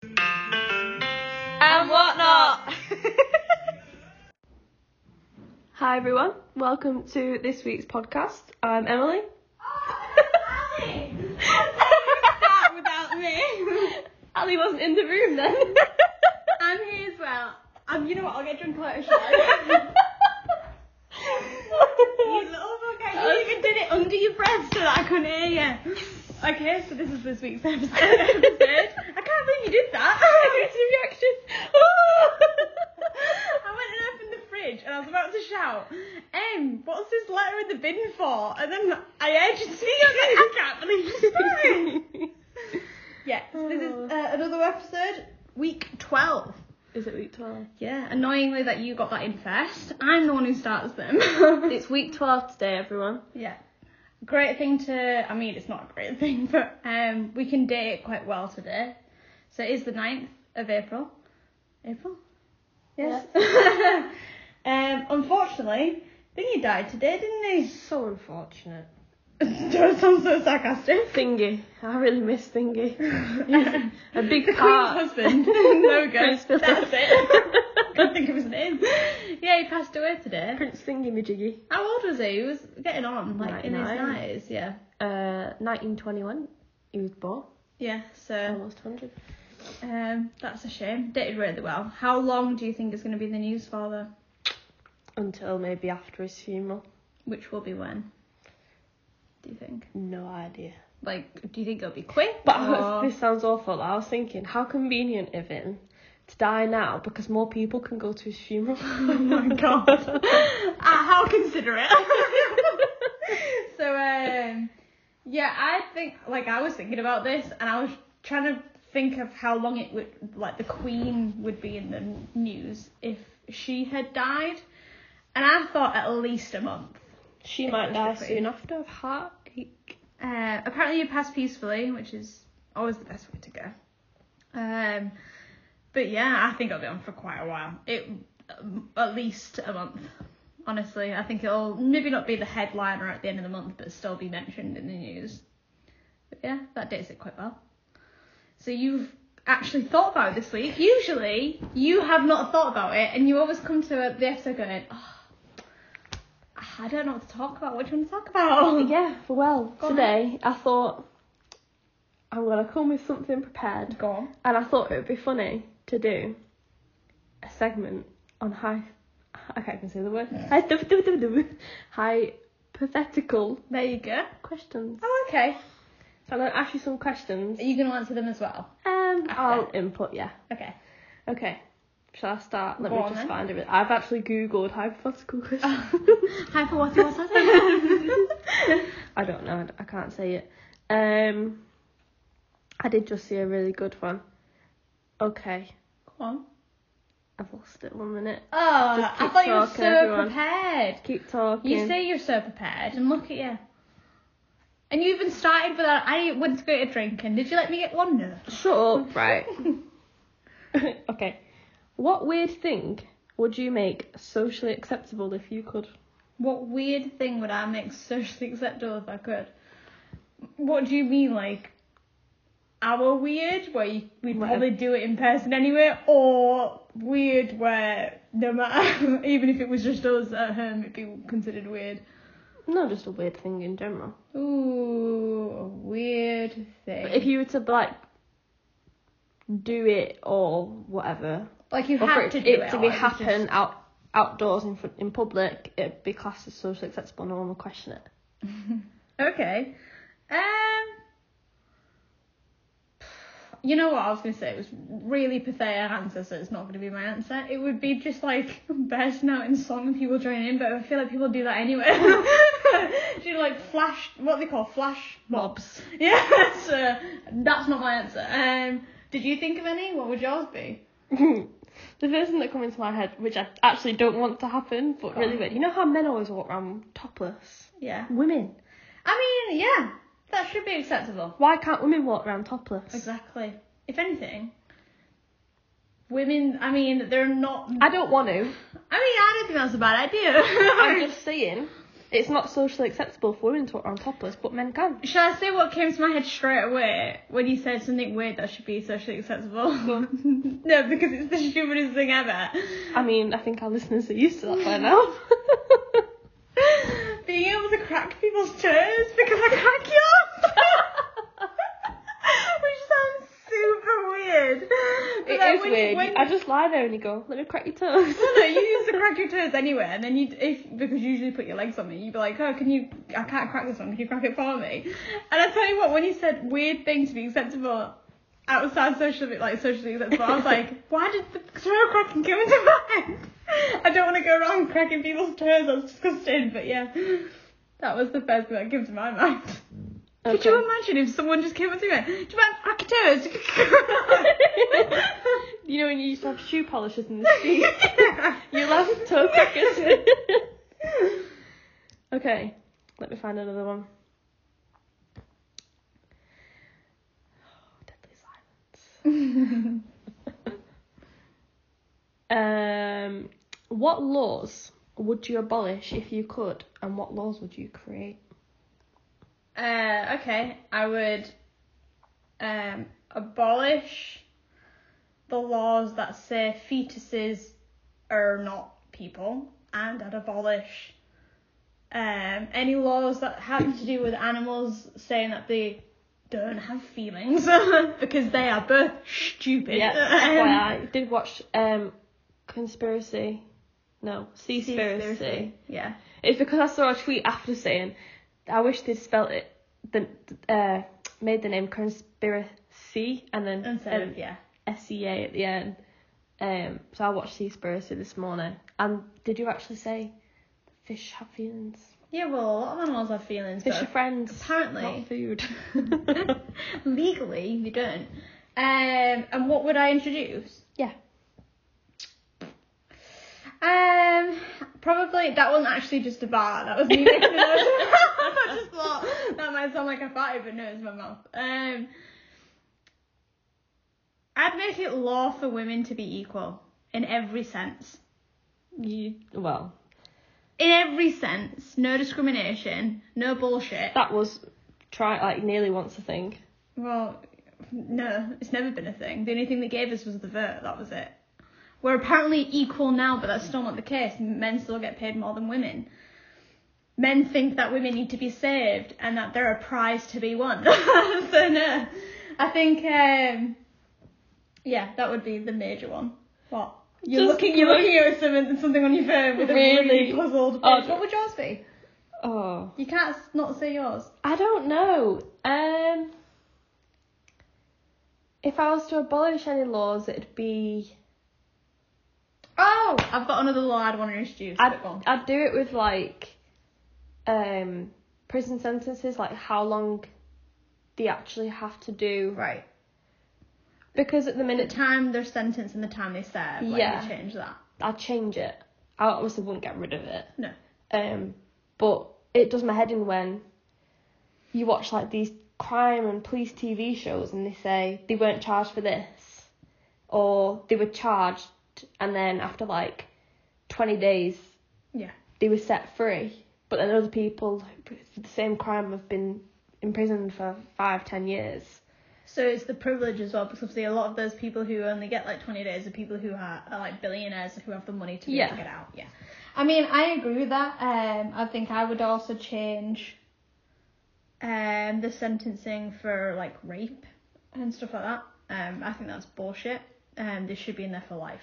Hi everyone, welcome to this week's podcast. I'm Emily. That Oh, without me. Ali wasn't in the room then. I'm here as well. Um, you know what? I'll get drunk later. shall I? you little fucker! You even did it under your breath so that I couldn't hear you. Okay, so this is this week's episode. episode. I can't believe you did that. It's a reaction. I went and opened the fridge and I was about to shout, Em, what's this letter in the bin for? And then I heard you speak. I was like, I can't believe you said it. Yeah, so this is uh, another episode, week 12. Is it week 12? Yeah, annoyingly that you got that in first. I'm the one who starts them. It's week 12 today, everyone. yeah. Great thing to, I mean, it's not a great thing, but um, we can date it quite well today. So it is the 9th of April. April? Yes. um, unfortunately, Thingy died today, didn't So unfortunate. he? Don't sound so sarcastic. Thingy. I really miss Thingy. a big the part. Queen's husband. Logan. Prince Philip. That's it. Couldn't think of his name. Yeah, he passed away today. Prince Thingy Majiggy. How old was he? He was getting on, like in his 99. nineties. Yeah. Uh, 1921. He was born. Yeah. So Almost 100. um, that's a shame. Dated really well. How long do you think is going to be the news for though? Until maybe after his funeral. Which will be when? Do you think? No idea. Like, do you think it'll be quick? But I or- was, this sounds awful. I was thinking, how convenient of him to die now because more people can go to his funeral. Oh my god. Ah, how considerate. so, um, yeah, I think, like, I was thinking about this and I was trying to think of how long it would, like, the Queen would be in the news if she had died. And I thought at least a month. She might die Catastrophe. soon after of heartache. Uh, apparently, you pass peacefully, which is always the best way to go. Um, but yeah, I think it'll be on for quite a while. It um, at least a month. Honestly, I think it'll maybe not be the headliner at the end of the month, but still be mentioned in the news. But yeah, that dates it quite well. So you've actually thought about it this week. Usually, you have not thought about it, and you always come to the episode going, oh, I don't know what to talk about. What do you want to talk about? Yeah, well, Go on. today I thought I'm going to come with something prepared. Go on. And I thought it would be funny to do a segment on high. I can't even say the word. High, hypothetical There you go. questions. Oh, okay. So I'm going to ask you some questions. Are you going to answer them as well? Um, I'll After. input, yeah. Okay. Okay. Shall I start? Let Go me on just then. find it. I've actually googled hypothetical questions. Hi for what was that? I don't know. I d- I can't say it. Um, I did just see a really good one. Okay, Go on. I've lost it. One minute. Oh, Just I keep thought you were talking, so everyone. prepared. Keep talking. You say you're so prepared, and look at you. And you even started without. I went to go to drinking. Did you let me get one? No. Shut up. Right. okay. What weird thing would you make socially acceptable if you could? What weird thing would I make socially acceptable if I could? What do you mean, like our weird, where you, we'd Whatever. probably do it in person anyway, or weird where no matter, even if it was just us at home, it'd be considered weird. No, just a weird thing in general. Ooh, a weird thing. But if you were to like do it or whatever, like you or for have it to to, do it, it to or be it's happen just- out outdoors in front in public, it'd be classed as socially acceptable. No one would question it. Okay. Um. You know what I was gonna say? It was really pathetic answer, so it's not gonna be my answer. It would be just like bursting out in song and people joining in, but I feel like people do that anyway. do you like flash? What they call flash mobs? Yeah. So that's not my answer. Um. Did you think of any? What would yours be? the first thing that comes into my head, which I actually don't want to happen, but really Oh. weird. You know how men always walk around topless. Yeah. Women. I mean, yeah, that should be acceptable. Why can't women walk around topless? Exactly. If anything, women, I mean, they're not. I, I don't want to. mean, I don't think that's a bad idea. I'm just saying. It's not socially acceptable for women to on topless, but men can. Shall I say what came to my head straight away when you said something weird that should be socially acceptable? no, because it's the stupidest thing ever. I mean, I think our listeners are used to that by now. Being able to crack people's toes because I crack yours. Which sounds super weird. But It like, is when you- weird. when- I just lie there and you go, let me crack your toes. No, no, you used to crack your toes anywhere, and then you, if because you usually put your legs on me, you'd be like, oh, can you? I can't crack this one. Can you crack it for me? And I tell you what, when you said weird thing to be acceptable outside socially, like socially acceptable, I was like, why did the toe cracking come into mind? I don't want to go around cracking people's toes. That's disgusting. But yeah, that was the first thing that came to my mind. Could you Okay. imagine if someone just came up to me, do you mind if I crack your toes? You know when you used to have shoe polishes in the street? you love toe Yeah. crackers. okay, let me find another one. Deadly silence. um, what laws would you abolish if you could, and what laws would you create? Uh, okay, I would um, abolish the laws that say fetuses are not people, and I'd abolish um, any laws that have to do with animals saying that they don't have feelings because they are both stupid. Yeah, Um, FYI, I did watch um, Conspiracy. No, Seaspiracy. conspiracy. Yeah. It's because I saw a tweet after saying, I wish they'd spelt it, the, uh, made the name Conspiracy and then And so, um, yeah. SEA at the end. Um, so I watched Seaspiracy this morning. And did you actually say fish have feelings? Yeah, well, a lot of animals have feelings. Fish but are friends. apparently. Not food. Legally, you don't. Um, and what would I introduce? Yeah. Um, probably that wasn't actually just a bar. That was me. making a noise. I just thought that might sound like I farted, but no, it's my mouth. Um, I'd make it law for women to be equal in every sense. You, well, In every sense, no discrimination, no bullshit. that was try like nearly once, I think. Well, no, it's never been a thing. The only thing they gave us was the vote. That was it. We're apparently equal now, but that's still not the case. Men still get paid more than women. Men think that women need to be saved and that they're a prize to be won. so no, I think um, yeah, that would be the major one. What? You're Just looking, you're look- looking at something, something on your phone with a really Really? puzzled. Face. Oh, what would yours be? Oh. You can't s- not say yours. I don't know. Um, if I was to abolish any laws, it'd be Oh, I've got another law I'd want to introduce. I'd, Quick one. I'd do it with like um prison sentences, like how long they actually have to do Right. because at the the minute time their sentence and the time they serve. Like, Yeah. You change that. I'd change it. I obviously wouldn't get rid of it. No. Um, but it does my head in when you watch like these crime and police TV shows and they say they weren't charged for this, or they were charged and then after like 20 days Yeah. they were set free, but then other people who for the same crime have been imprisoned for five, ten years. So it's the privilege as well, because obviously a lot of those people who only get like 20 days are people who are, are like billionaires who have the money to be able to Yeah. get out. Yeah. I mean, I agree with that. Um, I think I would also change um, the sentencing for like rape and stuff like that. Um, I think that's bullshit. Um, they should be in there for life,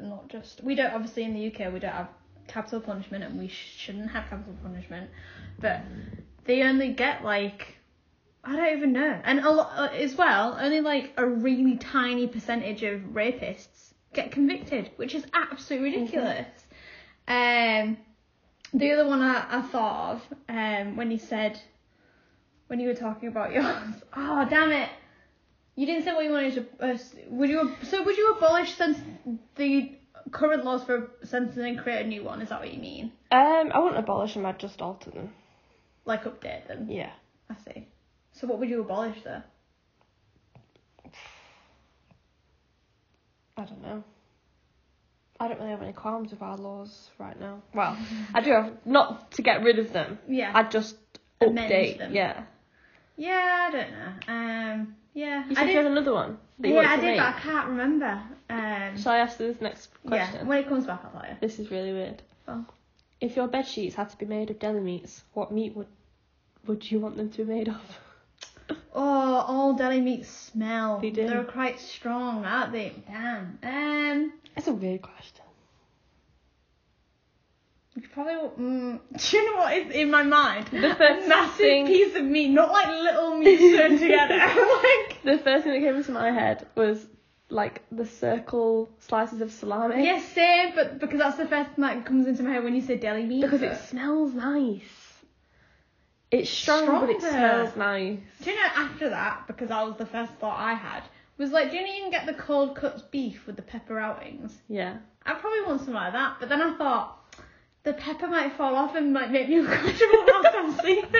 not just. We don't obviously in the UK we don't have capital punishment and we shouldn't have capital punishment, but they only get like I don't even know. And a lot uh, as well, only like a really tiny percentage of rapists get convicted, which is absolutely ridiculous. Um, the other one I, I thought of um, when you said, when you were talking about yours, oh damn it, you didn't say what you wanted to. Uh, would you so would you abolish sen- the current laws for sentencing and create a new one? Is that what you mean? Um, I wouldn't abolish them, I'd just alter them. Like update them? Yeah. I see. So what would you abolish though? I don't know. I I don't really have any qualms with our laws right now. Well, I do have not to get rid of them. Yeah. I just Amend update. them. Yeah. yeah, I don't know. Um, yeah, You I said you had did. another one. that you Yeah, wanted I to did, make. but I can't remember. Um, Shall I ask this next question? yeah, when it comes back, I'll tell you. This is really weird. Oh. If your bed sheets had to be made of deli meats, what meat would would you want them to be made of? Oh, all deli meats smell. They do. They're quite strong, aren't they? Damn. Um, That's a weird question. you could probably. Mm, do you know what is in my mind? The first a massive thing- piece of meat, not like little meat thrown together. like The first thing that came into my head was like the circle slices of salami. yes, same, but because that's the first thing that comes into my head when you say deli meat. Because but- it smells nice. It's strong, but it Stronger. smells nice. Do you know after that, because that was the first thought I had, was like, do you even get the cold cut beef with the pepper outings? Yeah. I probably want something like that, but then I thought the pepper might fall off and might make me uncomfortable whilst I'm sleeping.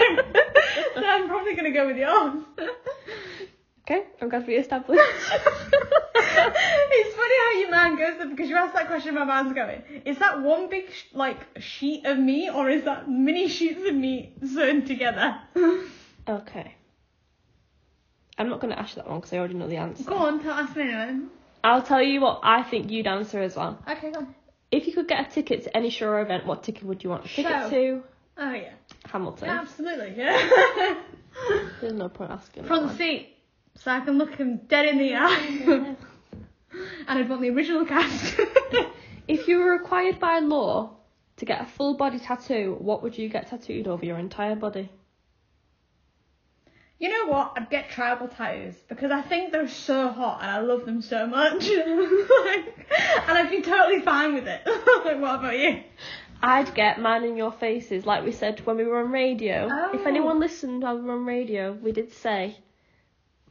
so I'm probably gonna go with yours. Okay, I'm glad we established. it's funny how your mind goes there because you asked that question, my mind's going. Is that one big sh- like sheet of meat, or is that mini sheets of meat sewn together? okay. I'm not going to ask that one because I already know the answer. Go on, tell us anyway. I'll tell you what I think you'd answer as well. Okay, go on. If you could get a ticket to any show or event, what ticket would you want a ticket Show. to? Oh yeah, Hamilton. absolutely, yeah. There's no point asking. that Front one. seat, so I can look him dead in the eye. and I'd want the original cast. If you were required by law to get a full body tattoo, what would you get tattooed over your entire body? you know what? I'd get tribal tattoos because I think they're so hot and I love them so much. and I'd be totally fine with it. like, what about you? I'd get man in your faces, like we said when we were on radio. If Oh. anyone listened while we were on radio, we did say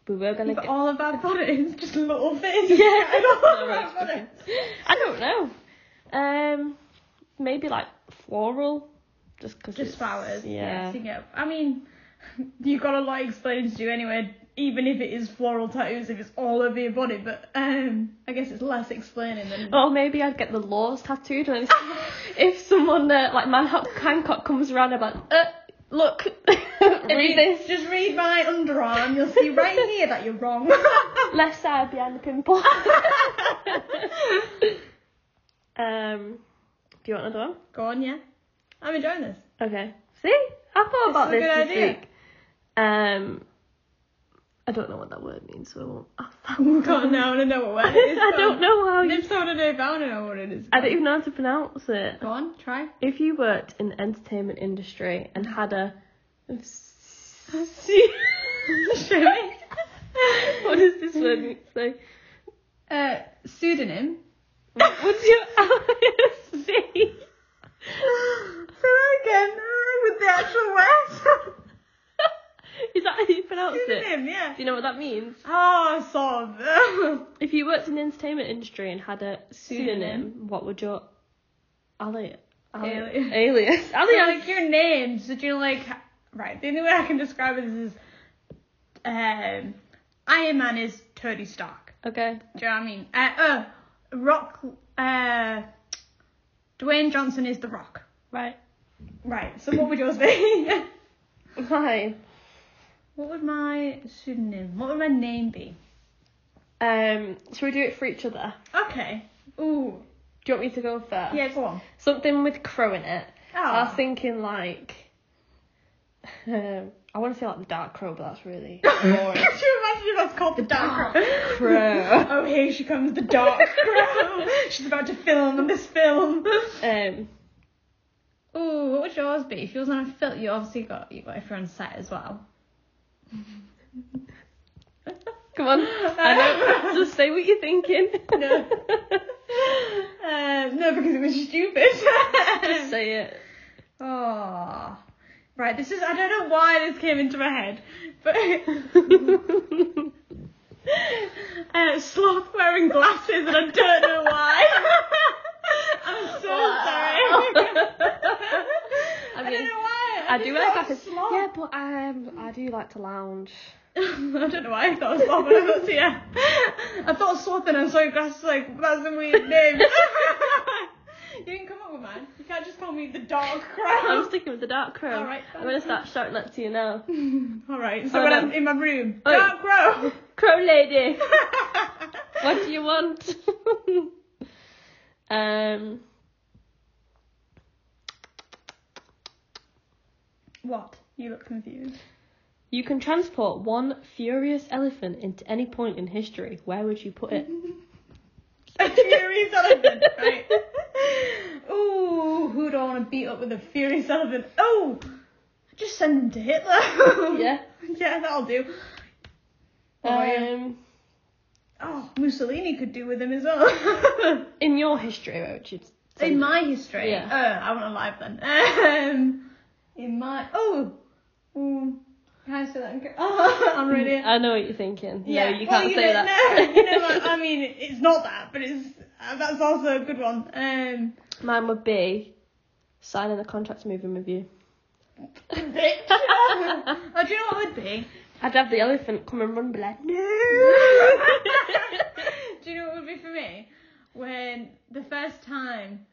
we were gonna But get. all of our bodies, just little things. Yeah. all of No, our I'm bodies. I don't know. Um, maybe like floral, just because. Just flowers. Yeah. Yes, you get- I mean, you've got a lot explaining to do anyway, even if it is floral tattoos, if it's all over your body, but um, I guess it's less explaining than. Or maybe I'd get the laws tattooed, and if- if someone uh, like Manhawk Hancock comes around, I'm like, uh, look, read this. Just read my underarm, you'll see right here that you're wrong. Left side behind the pimple. um, do you want another one? Go on, yeah. I'm enjoying this. Okay. See, I thought about This this, is a good this idea. week. Um, I don't know what that word means, so I won't. God, no, I want to know what word it is. Oh, I don't know how. You, If so, I don't know if I want to know what it is. I don't even know how to pronounce it. Go on, try. If you worked in the entertainment industry and had a, Show me. what does this word mean? say? Uh, pseudonym. What's your ISV? So again, Uh, with the actual word. Is that how you pronounce it? Pseudonym, yeah. Do you know what that means? Oh, sort of. If you worked in the entertainment industry and had a pseudonym, Pseudonym. what would your alias? Alias. Alias. So, Alias. like your name, so do you like right? The only way I can describe it is, um, Iron Man is Tony Stark. Okay. Do you know what I mean? Uh, uh Rock. Uh, Dwayne Johnson is the Rock. Right. Right. So what would yours be? Mine. what would my pseudonym? What would my name be? Um. Shall we do it for each other? Okay. Ooh. Do you want me to go first? Yeah. Go on. Something with crow in it. Oh. I was thinking like. Um, I want to say like the dark crow, but that's really Could boring. you imagine if that's called the dark crow? crow. Oh, here she comes, the dark crow. She's about to film this film. Um. Ooh, what would yours be? If yours on a film, you obviously got you got if you're on set as well. Come on. I know. Just say what you're thinking. No. Uh, no, because it was stupid. Just say it. oh, right. This is I don't know why this came into my head, but uh, sloth wearing glasses, and I don't know why. I'm so sorry. I, mean, don't know why. I do just like thought glasses. sloth. Yeah, but um, I do like to lounge. I don't know why I thought sloth when I looked at you. I thought sloth and I saw grass like that's a weird name. you didn't come up with mine. You can't just call me the dog I'm crow. sticking with the dark crow. All right, I'm gonna start shouting that to you now. All right. So Oh, when no. I'm in my room, Oh. dark crow. Crow lady, what do you want? um, What? You look confused. you can transport one furious elephant into any point in history. Where would you put it? A furious elephant, right? Ooh, who do I want to beat up with a furious elephant? Oh, just send them to Hitler. yeah. yeah, that'll do. What about you? Um, Oh, Mussolini could do with him as well. in your history, where would you? in my history, Yeah. oh, I want to alive then. Um, in my oh, ooh, can I say that? in ca- Oh, I'm ready. I know what you're thinking. Yeah, No, you well, can't you say know, that. No, you know what, I mean, it's not that, but it's uh, that's also a good one. Um, Mine would be signing a contract moving with you. bitch. oh, do you know what it would be? I'd have the elephant come and run, be like, do you know what it would be for me? When the first time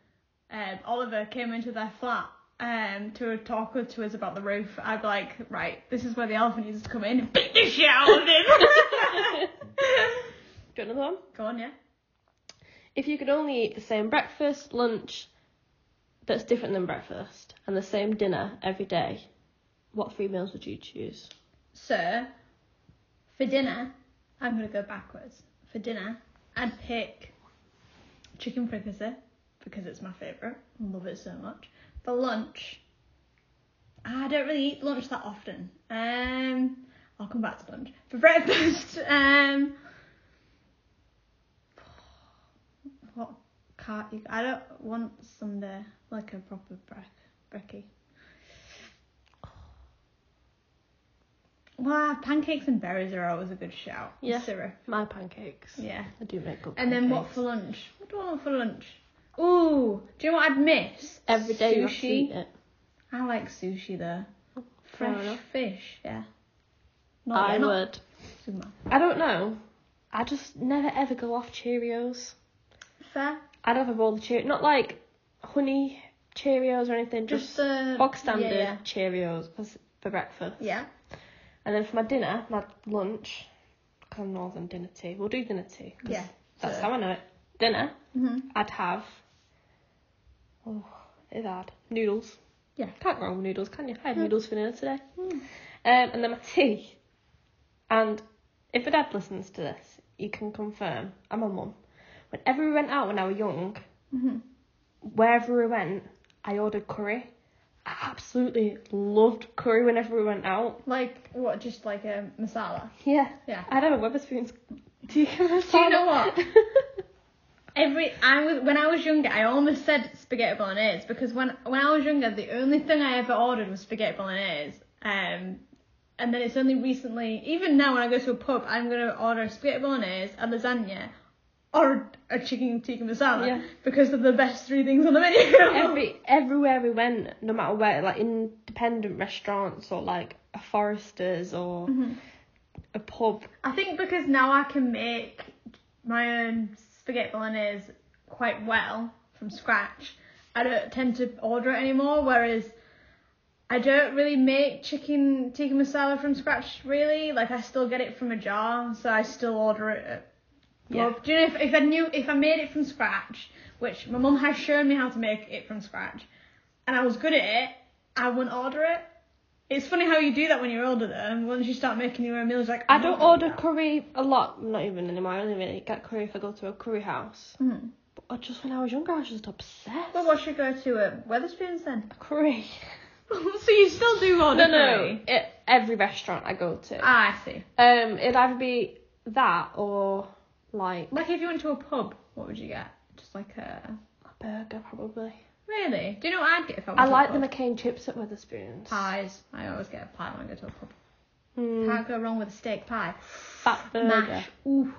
um, Oliver came into their flat um, to talk to us about the roof, I'd be like, right, this is where the elephant needs to come in and beat the shit out of him. Do you want another one? Go on, yeah. If you could only eat the same breakfast, lunch, that's different than breakfast, and the same dinner every day, what three meals would you choose? So, for dinner, I'm going to go backwards. For dinner, I'd pick chicken fricassee because it's my favourite. Love it so much. For lunch, I don't really eat lunch that often. Um, I'll come back to lunch. For breakfast, um, what can't you? I don't want Sunday like a proper break, brekkie. Well, pancakes and berries are always a good shout. Yeah. Syrup. My pancakes. Yeah. I do make good And then what pancakes. for lunch? What do I want for lunch? Ooh, do you know what I'd miss? Every day you have to eat sushi. it. I like sushi though. Fair Fresh enough. fish, yeah. I yeah, would. Superman. I don't know. I just never ever go off Cheerios. Fair. I'd have a roll of Cheerios. Not like honey Cheerios or anything, just, Just uh, bog standard Yeah, Cheerios for, s- for breakfast. yeah. And then for my dinner, my lunch, 'cause I'm northern dinner tea. We'll do dinner tea. 'cause Yeah. That's so- how I know it. Dinner, hmm I'd have. Oh, it's hard. Noodles. Yeah. Can't go wrong with noodles, can you? I had Mm. noodles for dinner today. Mm. Um, and then my tea. And if my dad listens to this, you can confirm I'm a mum. Whenever we went out when I was young, hmm wherever we went, I ordered curry. I absolutely loved curry whenever we went out. Like what? Just like a masala. Yeah. Yeah. I don't know Weatherspoons. Do you, Do you know what? Every I was when I was younger, I almost said spaghetti bolognese because when when I was younger, the only thing I ever ordered was spaghetti bolognese. Um, and then it's only recently, even now when I go to a pub, I'm gonna order spaghetti bolognese, a lasagna, or a chicken tikka masala Yeah. because they're the best three things on the menu. Every everywhere we went, no matter where, like independent restaurants or like a Foresters or Mhm. a pub. I think because now I can make my own spaghetti bolognese quite well from scratch, I don't tend to order it anymore. Whereas I don't really make chicken tikka masala from scratch, really. Like I still get it from a jar, so I still order it. At Yeah. pub. Do you know if, if I knew if I made it from scratch, which my mum has shown me how to make it from scratch, and I was good at it, I wouldn't order it. It's funny how you do that when you're older though, and once you start making your own meals, like I don't "Oh, order yeah." curry a lot, not even anymore. I only really get curry if I go to a curry house. Hmm. But I just when I was younger, I was just obsessed. Well, what should go to um, Weatherspoons then? curry? so you still do order No, no. It, every restaurant I go to, Ah, I see. um, it'd either be that or like Like if you went to a pub, what would you get? Just like a a burger probably. really? Do you know what I'd get if I went I to like a the pub? McCain chips at Weatherspoons. pies. I always get a pie when I go to a pub. Mm, Can't go wrong with a steak pie. fat burger. Mash. Ooh.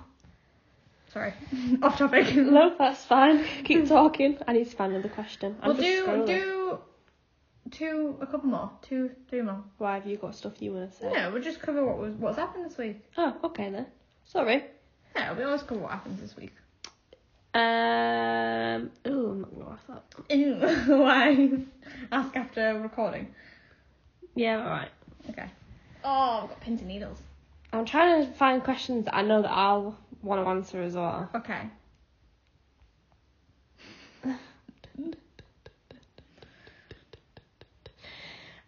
Sorry, off topic. No, that's fine. Keep talking. I need to find another question. I'm Hmm. just Well, do scrolling. do two, a couple more, two, three more. Why have you got stuff you want to say? No, we'll just cover what was what's happened this week. Oh, okay then. Sorry. Yeah, we always cover what happens this week. Um. Oh, I'm not gonna laugh that. Ew, Why? Ask after recording. Yeah, all right. Okay. Oh, I've got pins and needles. I'm trying to find questions that I know that I'll want to answer as well. Okay.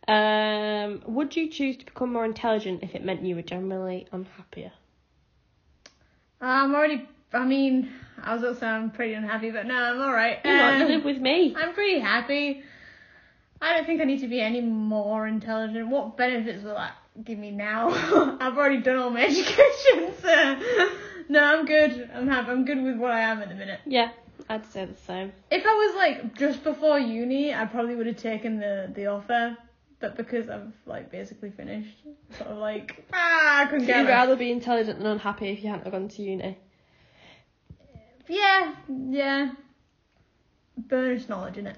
Um, would you choose to become more intelligent if it meant you were generally unhappier? I'm already. I mean, I was also I'm pretty unhappy, but no, I'm all right. You know, you Um, live with me. I'm pretty happy. I don't think I need to be any more intelligent. What benefits will that give me now? I've already done all my education, so no, I'm good. I'm happy. I'm good with what I am at the minute. Yeah, I'd say the same. If I was like just before uni, I probably would have taken the the offer. But because I've like basically finished, sort of like ah, I couldn't You'd get my- rather be intelligent than unhappy if you hadn't have gone to uni. Yeah, yeah. Bonus knowledge in it.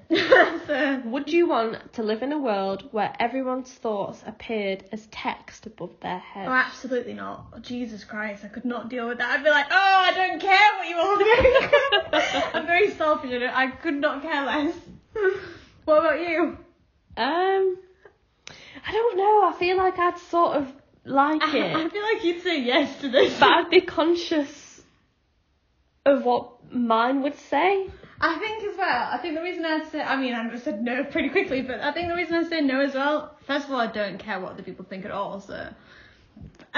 so, Would you want to live in a world where everyone's thoughts appeared as text above their head? oh, absolutely not. Jesus Christ, I could not deal with that. I'd be like, oh, I don't care what you all do. I'm very selfish. I, don't, I could not care less. what about you? Um, I don't know. I feel like I'd sort of like I, I it, feel like you'd say yes to this. but I'd be conscious of what mine would say. I think as well. I think the reason I say, I mean, I said no pretty quickly, but I think the reason I say no as well. First of all, I don't care what the people think at all. So, um, but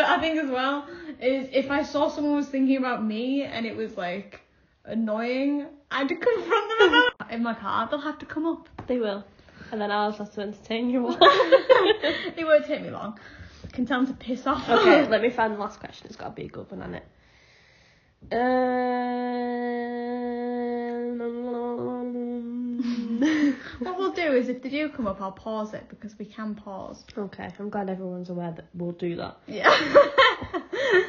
I think as well is if I saw someone was thinking about me and it was like annoying, I'd confront them about it. in my car. They'll have to come up. They will, and then I'll just have to entertain you all. it won't take me long. I can tell them to piss off. Okay, let me find the last question. It's got to be a good one, hasn't it? Um, what we'll do is if they do come up, I'll pause it because we can pause. okay, I'm glad everyone's aware that we'll do that. Yeah. Are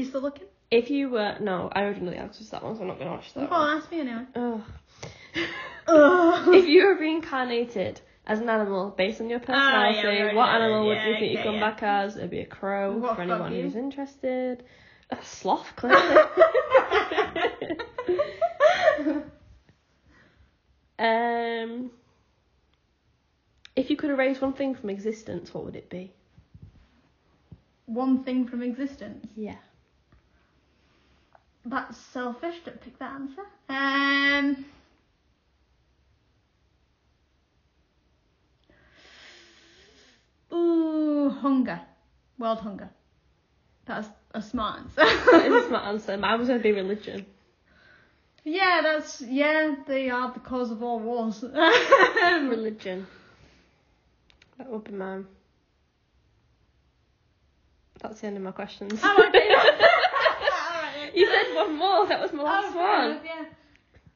you still looking? If you were no, I already know the answer to that one, so I'm not gonna watch that. One. Oh, ask me anyway. Ugh. Ugh. If you were reincarnated as an animal based on your Oh, yeah, we personality, already what know that. animal would Yeah, you think you'd okay, come yeah. back as? It'd be a crow What for about anyone you? who's interested. A sloth, clearly. um, if you could erase one thing from existence, what would it be? One thing from existence. Yeah. That's selfish. Don't pick that answer. Um. Ooh, hunger. World hunger. That's a smart That answer. is my answer. Mine was gonna be religion. yeah, that's yeah. They are the cause of all wars. Religion. That would be mine. That's the end of my questions. How about you? Alright then. You said one more. That was my last Oh, fair one. enough, Yeah.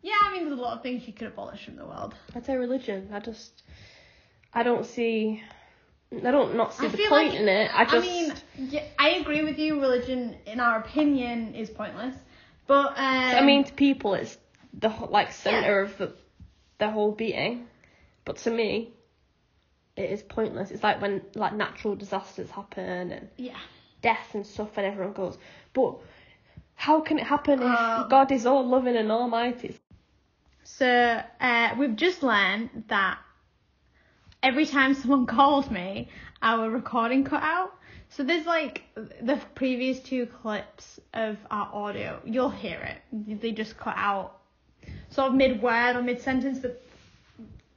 Yeah, I mean, there's a lot of things you could abolish from the world. I'd say religion. I just, I don't see, I don't not see I the feel point like- in it. I just, I mean, yeah, I agree with you. Religion, in our opinion, is pointless. But um, I mean, to people, it's the wh- like center of the, their whole being, but to me, it is pointless. It's like when like natural disasters happen and yeah, death and stuff, and everyone goes, but how can it happen if Um, God is all loving and almighty? It's So uh, we've just learned that every time someone called me, our recording cut out. So there's like the previous two clips of our audio. You'll hear it. They just cut out sort of mid word or mid sentence, but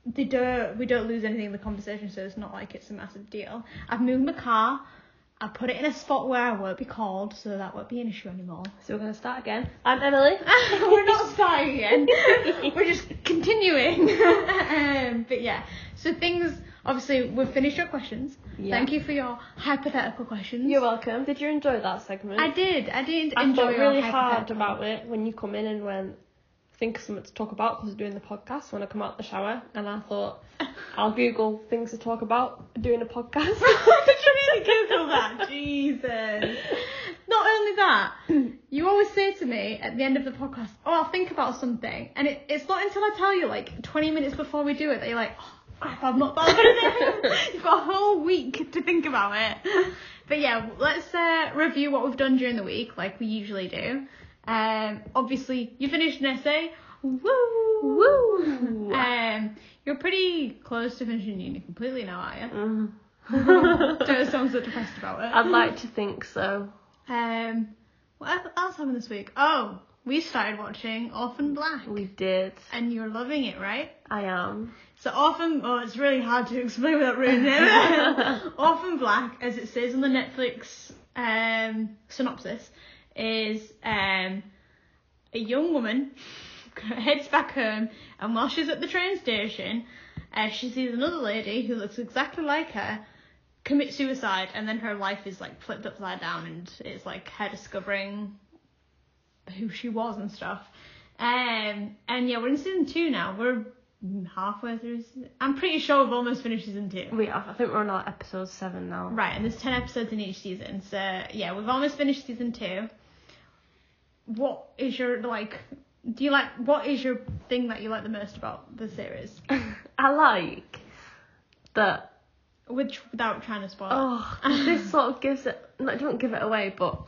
they don't. We don't lose anything in the conversation, so it's not like it's a massive deal. I've moved my car. I put it in a spot where I won't be called, so that won't be an issue anymore. So we're gonna start again. I'm Emily. We're not starting again. We're just continuing. um, but yeah, so things. Obviously, we've finished your questions. Yeah. Thank you for your hypothetical questions. You're welcome. Did you enjoy that segment? I did. I did I enjoy thought your really hard hypothetical. about it when you come in and went, think of something to talk about because doing the podcast when I come out the shower. And I thought, I'll Google things to talk about doing a podcast. Did you really Google that? Jesus. Not only that, you always say to me at the end of the podcast, oh, I'll think about something. And it, it's not until I tell you, like, 20 minutes before we do it, that you're like, oh, crap, I've not thought of anything. You've got a whole week to think about it. But yeah, let's uh, review what we've done during the week, like we usually do. Um, obviously, you finished an essay. Woo! Woo! Um, you're pretty close to finishing uni completely now, are you? Mm. Don't sound so depressed about it. I'd like to think so. Um, what else happened this week? Oh, we started watching Orphan Black, We did. and you're loving it, right? I am. So Orphan, oh, it's really hard to explain without ruining it. Orphan Black, as it says on the Netflix um, synopsis, is um, a young woman heads back home, and while she's at the train station, uh, she sees another lady who looks exactly like her commit suicide, and then her life is like flipped upside down, and it's like her discovering who she was and stuff. Um, and yeah, we're in season two now. We're halfway through. Season... I'm pretty sure we've almost finished season two. We are. I think we're on like episode seven now. Right, and there's ten episodes in each season, so yeah, we've almost finished season two. What is your like? Do you like? What is your thing that you like the most about the series? I like that. Which, without trying to spoil. it. Oh, 'cause this sort of gives it. No, it don't give it away, but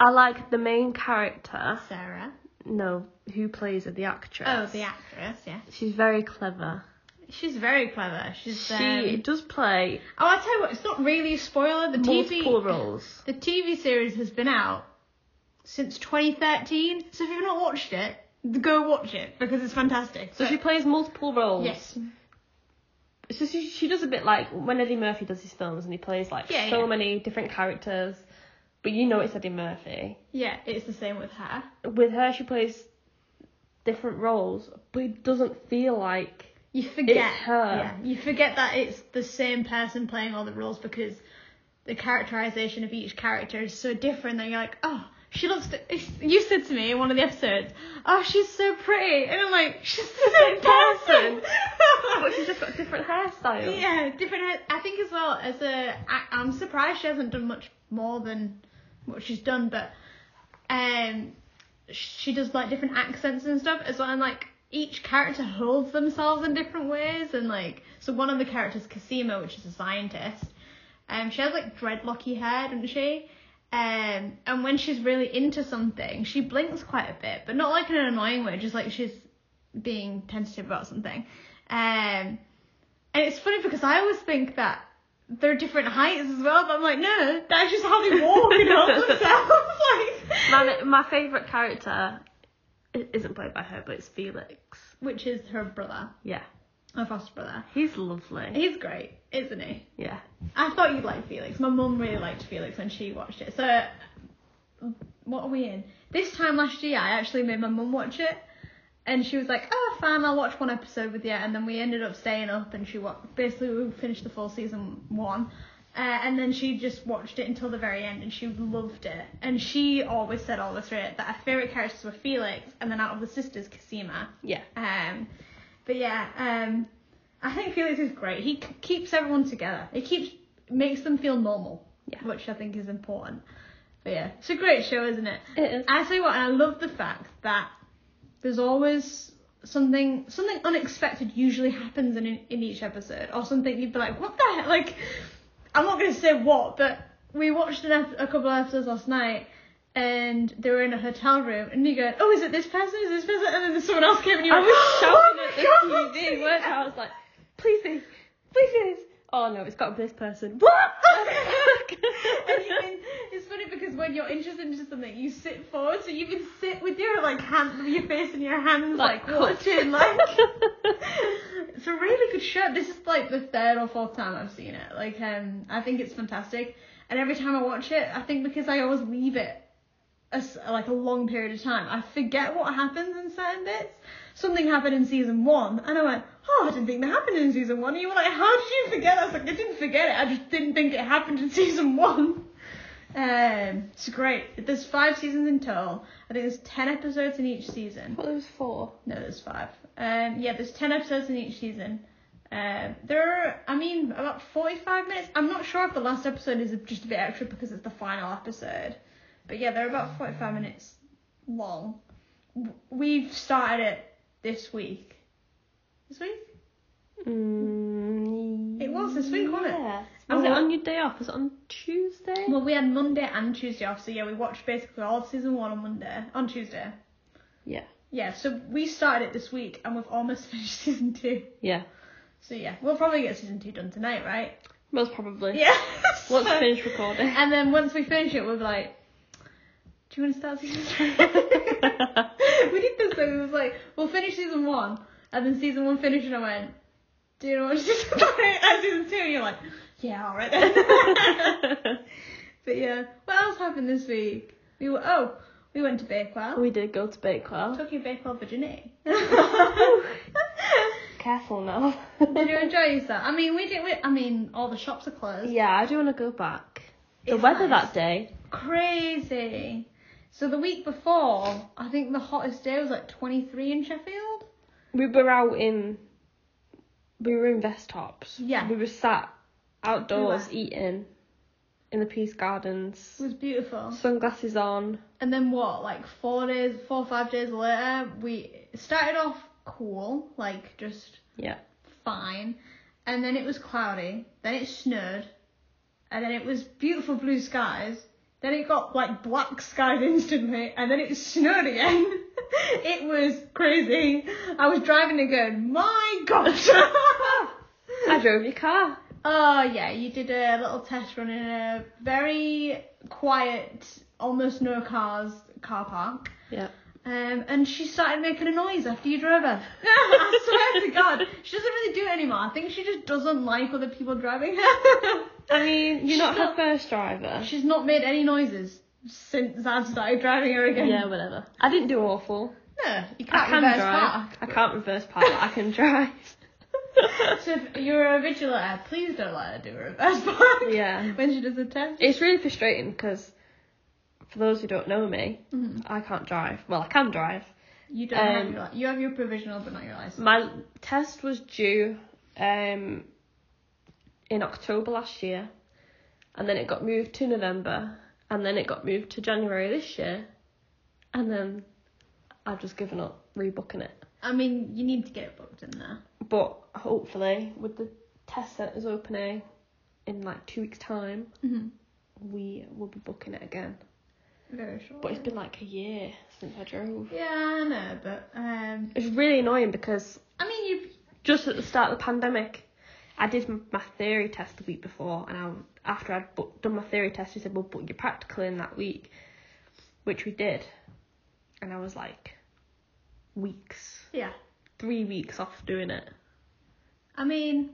I like the main character. Sarah. No, who plays her? The Oh, actress. Oh, the actress. Yeah, She's very clever. she's very clever. She's. She Um... does play Oh, I tell you what, it's not really a spoiler. The TV. multiple roles. The TV series has been out since 2013, so if you've not watched it, go watch it because it's fantastic. So But- she plays multiple roles. yes, So she, she does a bit like when Eddie Murphy does his films and he plays like Yeah, so yeah. many different characters, but you know it's Eddie Murphy. yeah, it's the same with her. With her, she plays different roles, but it doesn't feel like You forget her. Yeah, you forget that it's the same person playing all the roles because the characterization of each character is so different that you're like, oh. She looks. You said to me in one of the episodes, "Oh, she's so pretty," and I'm like, "She's the same person." but she's just got different hairstyles. Yeah, different. I think as well as a. I, I'm surprised she hasn't done much more than what she's done, but um, she does like different accents and stuff as well, and like each character holds themselves in different ways, and like so one of the characters, Casima, which is a scientist, um, she has like dreadlocky hair, doesn't she? Um, and when she's really into something, she blinks quite a bit, but not like in an annoying way, just like she's being tentative about something. Um, and it's funny because I always think that they're different heights as well, but I'm like, no, that's just how they walk and hold themselves. Like, My my favorite character i- isn't played by her, but it's Felix. which is her brother, Yeah, her foster brother. he's lovely. He's great, isn't he? Yeah, I thought you'd like Felix. My mum really liked Felix when she watched it. So, what are we in? This time last year, I actually made my mum watch it. And she was like, oh, fine, I'll watch one episode with you. And then we ended up staying up and she watched, basically, we finished the full season one. Uh, and then she just watched it until the very end and she loved it. And she always said all this, right, that her favourite characters were Felix and then out of the sisters, Casima. yeah. Um, but yeah, um, I think Felix is great. He k- keeps everyone together. He keeps makes them feel normal, Yeah. which I think is important. But yeah, it's a great show, isn't it? It is. I say what, and I love the fact that there's always something something unexpected usually happens in in each episode, or something you'd be like, what the heck? Like, I'm not gonna say what, but we watched an ep- a couple of episodes last night. And they were in a hotel room, and you go, "Oh, is it this person? Is this person?" And then someone else came, and you I were like, was "Oh shouting my at the God!" TV, weren't I? I was like, please this, please this. Oh no, it's got this person. What? and you can, it's funny because when you're interested in something, you sit forward, so you can sit with your like hand, with your face in your hands, like, Like, watching. Like, it's a really good show. This is like the third or fourth time I've seen it. Like, um, I think it's fantastic. And every time I watch it, I think because I always leave it a s like a long period of time, I forget what happens in certain bits. Something happened in season one, and I went, "Oh, I didn't think that happened in season one." And you were like, "How did you forget?" I was like, "I didn't forget it. I just didn't think it happened in season one." Um, it's great. There's five seasons in total. I think there's ten episodes in each season. Well, there was four. No, there's five. Um, yeah, there's ten episodes in each season. Um, there are, I mean, about 45 minutes. I'm not sure if the last episode is just a bit extra because it's the final episode. But yeah, they're about 45 minutes long. W- We've started it this week. This week? Mm, It was this week, wasn't it? yeah. And Was it what- on your day off? Was it on Tuesday? Well, we had Monday and Tuesday off, so yeah, we watched basically all of season one on Monday, on Tuesday. Yeah. Yeah, so we started it this week and we've almost finished season two. Yeah, So yeah, we'll probably get season two done tonight, right? most probably. Yeah. Once So- finished recording. And then once we finish it, we'll be like, do you want to start season three? we did this thing, it was like, we'll finish season one, and then season one finished, and I went, do you know what season three? And season two, and you're like, yeah, alright then. but yeah, what else happened this week? We were, oh, we went to Bakewell. we did go to Bakewell. Talking of Bakewell, virginity. Careful now. Did you enjoy yourself? I mean, we did. We, I mean, all the shops are closed. yeah, I do want to go back. The It's weather nice. that day. crazy. So the week before, I think the hottest day was like 23 in Sheffield. We were out in. We were in vest tops. Yeah. We were sat outdoors We eating in the Peace Gardens. It was beautiful. Sunglasses on. And then what, like four days, four or five days later, we started off cool, like just Yeah. fine. And then it was cloudy. Then it snowed. And then it was beautiful blue skies. Then it got like black skies instantly. And then it snowed again. it was crazy. I was driving and going, my gosh. I drove your car. Oh yeah, you did a little test run in a very quiet, almost no cars car park. Yeah. Um, and she started making a noise after you drove her. I swear to God, she doesn't really do it anymore. I think she just doesn't like other people driving her. I mean, you're not She's her first driver. She's not made any noises since I've started driving her again. Yeah, whatever. I didn't do awful. No, you I can't can reverse drive. park. I can't reverse park. but I can drive. so if you're a vigilator, please don't let her do a reverse park. Yeah. When she does a test. It's really frustrating because, for those who don't know me, Mhm. I can't drive. Well, I can drive. You don't have Um, your li- you have your provisional but not your license. My test was due um, in October last year, and then it got moved to November, and then it got moved to January this year, and then I've just given up rebooking it. I mean, you need to get it booked in there. But hopefully, with the test centres opening in like two weeks' time, Mm-hmm. we will be booking it again. Very sure. But it's been like a year since I drove. yeah, I know, but um, It's really annoying because I mean, you just at the start of the pandemic, I did m- my theory test the week before, and I, after I'd bu- done my theory test, he said, "Well, put your practical in that week," which we did, and I was like, weeks, yeah. three weeks off doing it. I mean,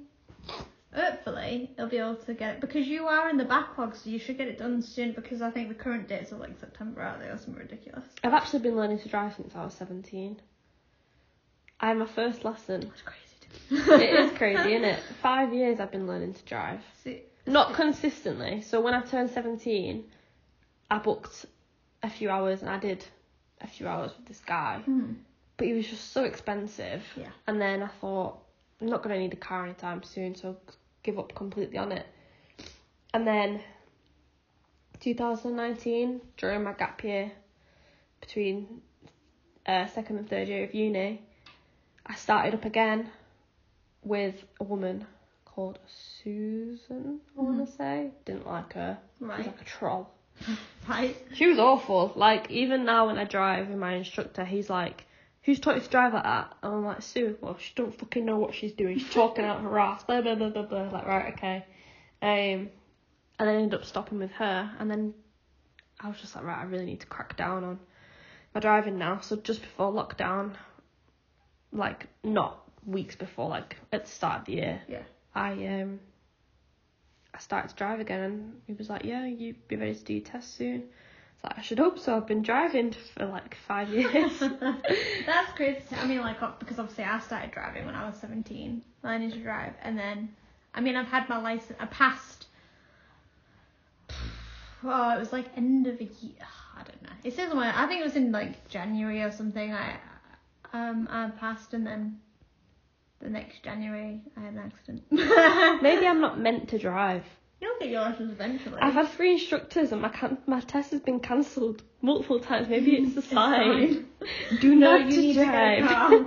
hopefully you'll be able to get it because you are in the backlog, so you should get it done soon. Because I think the current dates are like September, aren't they, or something ridiculous? I've actually been learning to drive since I was seventeen. I had my first lesson. That's crazy. it is crazy, isn't it? Five years I've been learning to drive. See, Not consistently. So when I turned 17, I booked a few hours and I did a few hours with this guy. hmm, But he was just so expensive. Yeah. And then I thought, I'm not going to need a car anytime soon, so I'll give up completely on it. And then 2019, during my gap year between uh, second and third year of uni, I started up again with a woman called Susan, I want to say. Didn't like her. She was right, like a troll. right. She was awful. Like even now when I drive with my instructor, he's like, "Who's taught you to drive like that?" And I'm like, "Sue, well, she don't fucking know what she's doing. She's talking out her ass." Blah blah blah blah blah. Like right, okay. Um, and I ended up stopping with her, and then I was just like, right, I really need to crack down on my driving now. So just before lockdown, like not weeks before, like at the start of the year, Yeah. I um I started to drive again and he was like, Yeah, you be ready to do your test soon. I was like, I should hope so, I've been driving for like five years. That's crazy. I mean, like, ob- because obviously I started driving when I was 17. I need to drive. And then, I mean, I've had my license, I passed. Oh, it was like end of a year. I don't know. It says when, I think it was in like January or something. I, um, I passed and then the next January I had an accident. Maybe I'm not meant to drive. You'll get your lessons eventually. I've had three instructors and my can- my test has been cancelled multiple times. Maybe it's a sign. Do No, not you need to get a drive. car.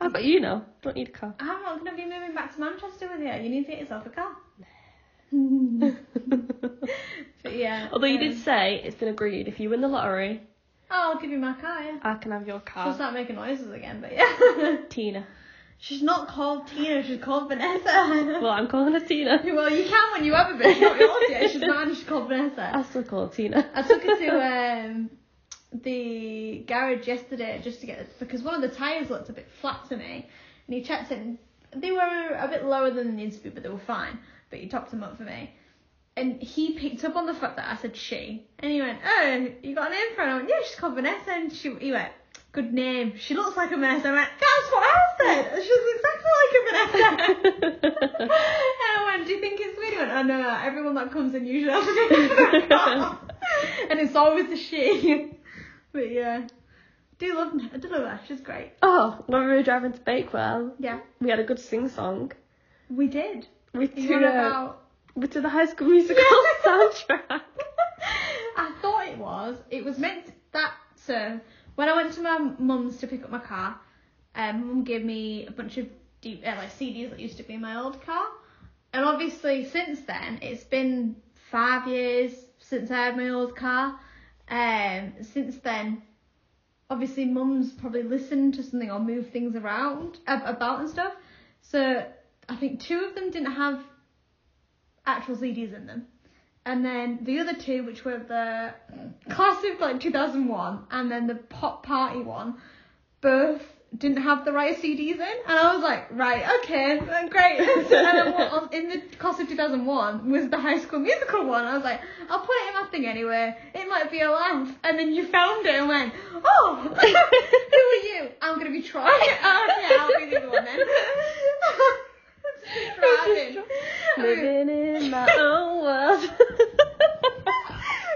How about you know? Don't need a car. Ah, I'm not going to be moving back to Manchester with you. You need to get yourself a car. but yeah. Although you um, did say it's been agreed if you win the lottery, Oh, I'll give you my car, yeah. I can have your She'll car. start making noises again, but yeah. Tina. she's not called Tina, she's called Vanessa. Well, I'm calling her Tina. well, you can when you have a bit. Not yours yet. She's mine, she's called Vanessa. I still call her Tina. I took her to um, the garage yesterday just to get because one of the tires looked a bit flat to me, and he checked it. And they were a bit lower than they needed to be, but they were fine. But he topped them up for me, and he picked up on the fact that I said she, and he went, "Oh, you got a name for her?" And I went, "Yeah, she's called Vanessa," and she, he went. Good name. She looks like a Vanessa. I went, that's what I said. She looks exactly like a Vanessa. and I went, um, do you think it's weird? He went, oh no, everyone that comes in usually has a different car. And it's always a she. But yeah. Do love I do love her, she's great. oh, when we were driving to Bakewell, Yeah. we had a good sing song. We did. We You were did a, about we did the High School Musical Yeah. Um, soundtrack. I thought it was. It was meant to, that so when I went to my mum's to pick up my car, um, mum gave me a bunch of D, uh, like CDs that used to be in my old car, and obviously since then it's been five years since I had my old car. Um, since then, obviously mum's probably listened to something or moved things around ab- about and stuff. So I think two of them didn't have actual CDs in them. And then the other two, which were the classic like 2001 and then the pop party one, both didn't have the right CDs in. And I was like, right, okay, uh, great. and then what was in the class of 2001 was the High School Musical one. I was like, I'll put it in my thing anyway. It might be a laugh. And then you found it and went, oh, who are you? I'm going to be Troy. oh, yeah, I'll be the other one then. Driving. Living in my own world.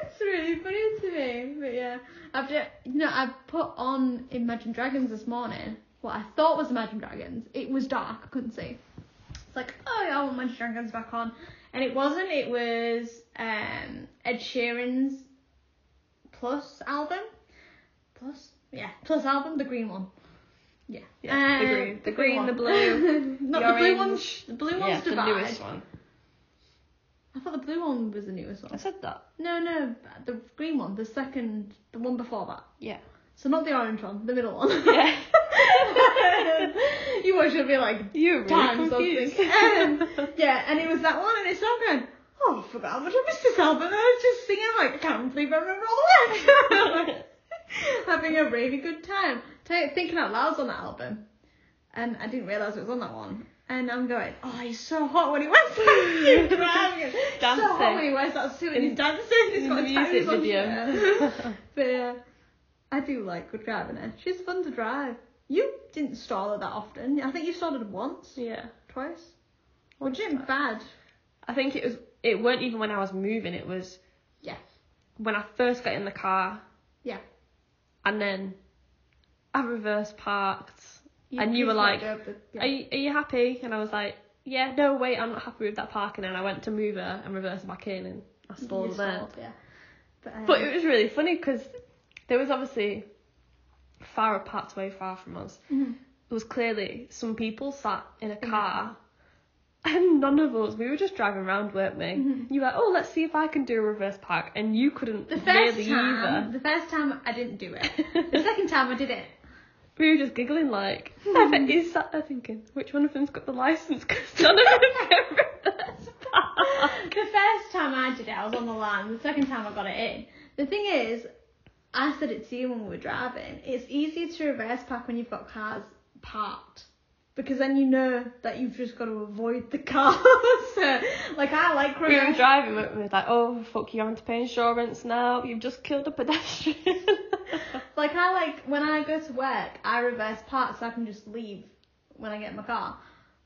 it's really funny to me, but yeah. I've just, you know, I put on Imagine Dragons this morning. What I thought was Imagine Dragons. It was dark. I couldn't see. It's like, oh yeah, I want Imagine Dragons back on, and it wasn't. It was um, Ed Sheeran's Plus album. Plus, yeah, Plus album, the green one. Yeah, Yeah, the green- the green, the one. blue, Not the the blue orange. one's The blue one's divide. one. I thought the blue one was the newest one. I said that. No, no, the green one, the second, the one before that. Yeah. So not the orange one, the middle one. Yeah. you watch it be like You're really times confused. something. Um, yeah, and it was that one, and it's not going. Oh, I forgot how much I missed this album. And I was just singing like, I can't believe I remember all the lyrics. Having a really good time, Ta thinking out loud on that album, and I didn't realise it was on that one. And I'm going, oh, he's so hot when he wears that. He's driving. So hot Dancing. when he wears that suit and In- he's dancing. He's in got the a music tiny video. shirt. but yeah, I do like good driving her. She's fun to drive. You didn't stall her that often. I think you stalled her once, yeah. twice. Well, Jim, bad. I think it was. It weren't even when I was moving. It was Yeah. when I first got in the car, Yeah. and then I reverse parked, You and you were please like, let go of the- "Are you are you happy?" And I was like, "Yeah, no, wait, I'm not happy with that parking." And I went to move her and reverse back in, and I You stalled there. stalled, Yeah. But, um, But it was really funny because there was obviously far apart, way far from us. Mhm. There was clearly some people sat in a car, and none of us. We were just driving around, weren't we? You were like, oh, let's see if I can do a reverse park, and you couldn't the first really time, either. the first time I didn't do it. the second time I did it. We were just giggling like, I Hmm. bet you sat there thinking, which one of them's got the license? Because none of them can reverse park. the first time I did it, I was on the line. The second time I got it in. The thing is, I said it to you when we were driving. It's easier to reverse park when you've got cars parked. Because then you know that you've just got to avoid the cars. so, like, I like We were reverse driving, weren't we? Like, oh fuck, you're having to pay insurance now. You've just killed a pedestrian. Like I like when I go to work, I reverse park so I can just leave when I get in my car.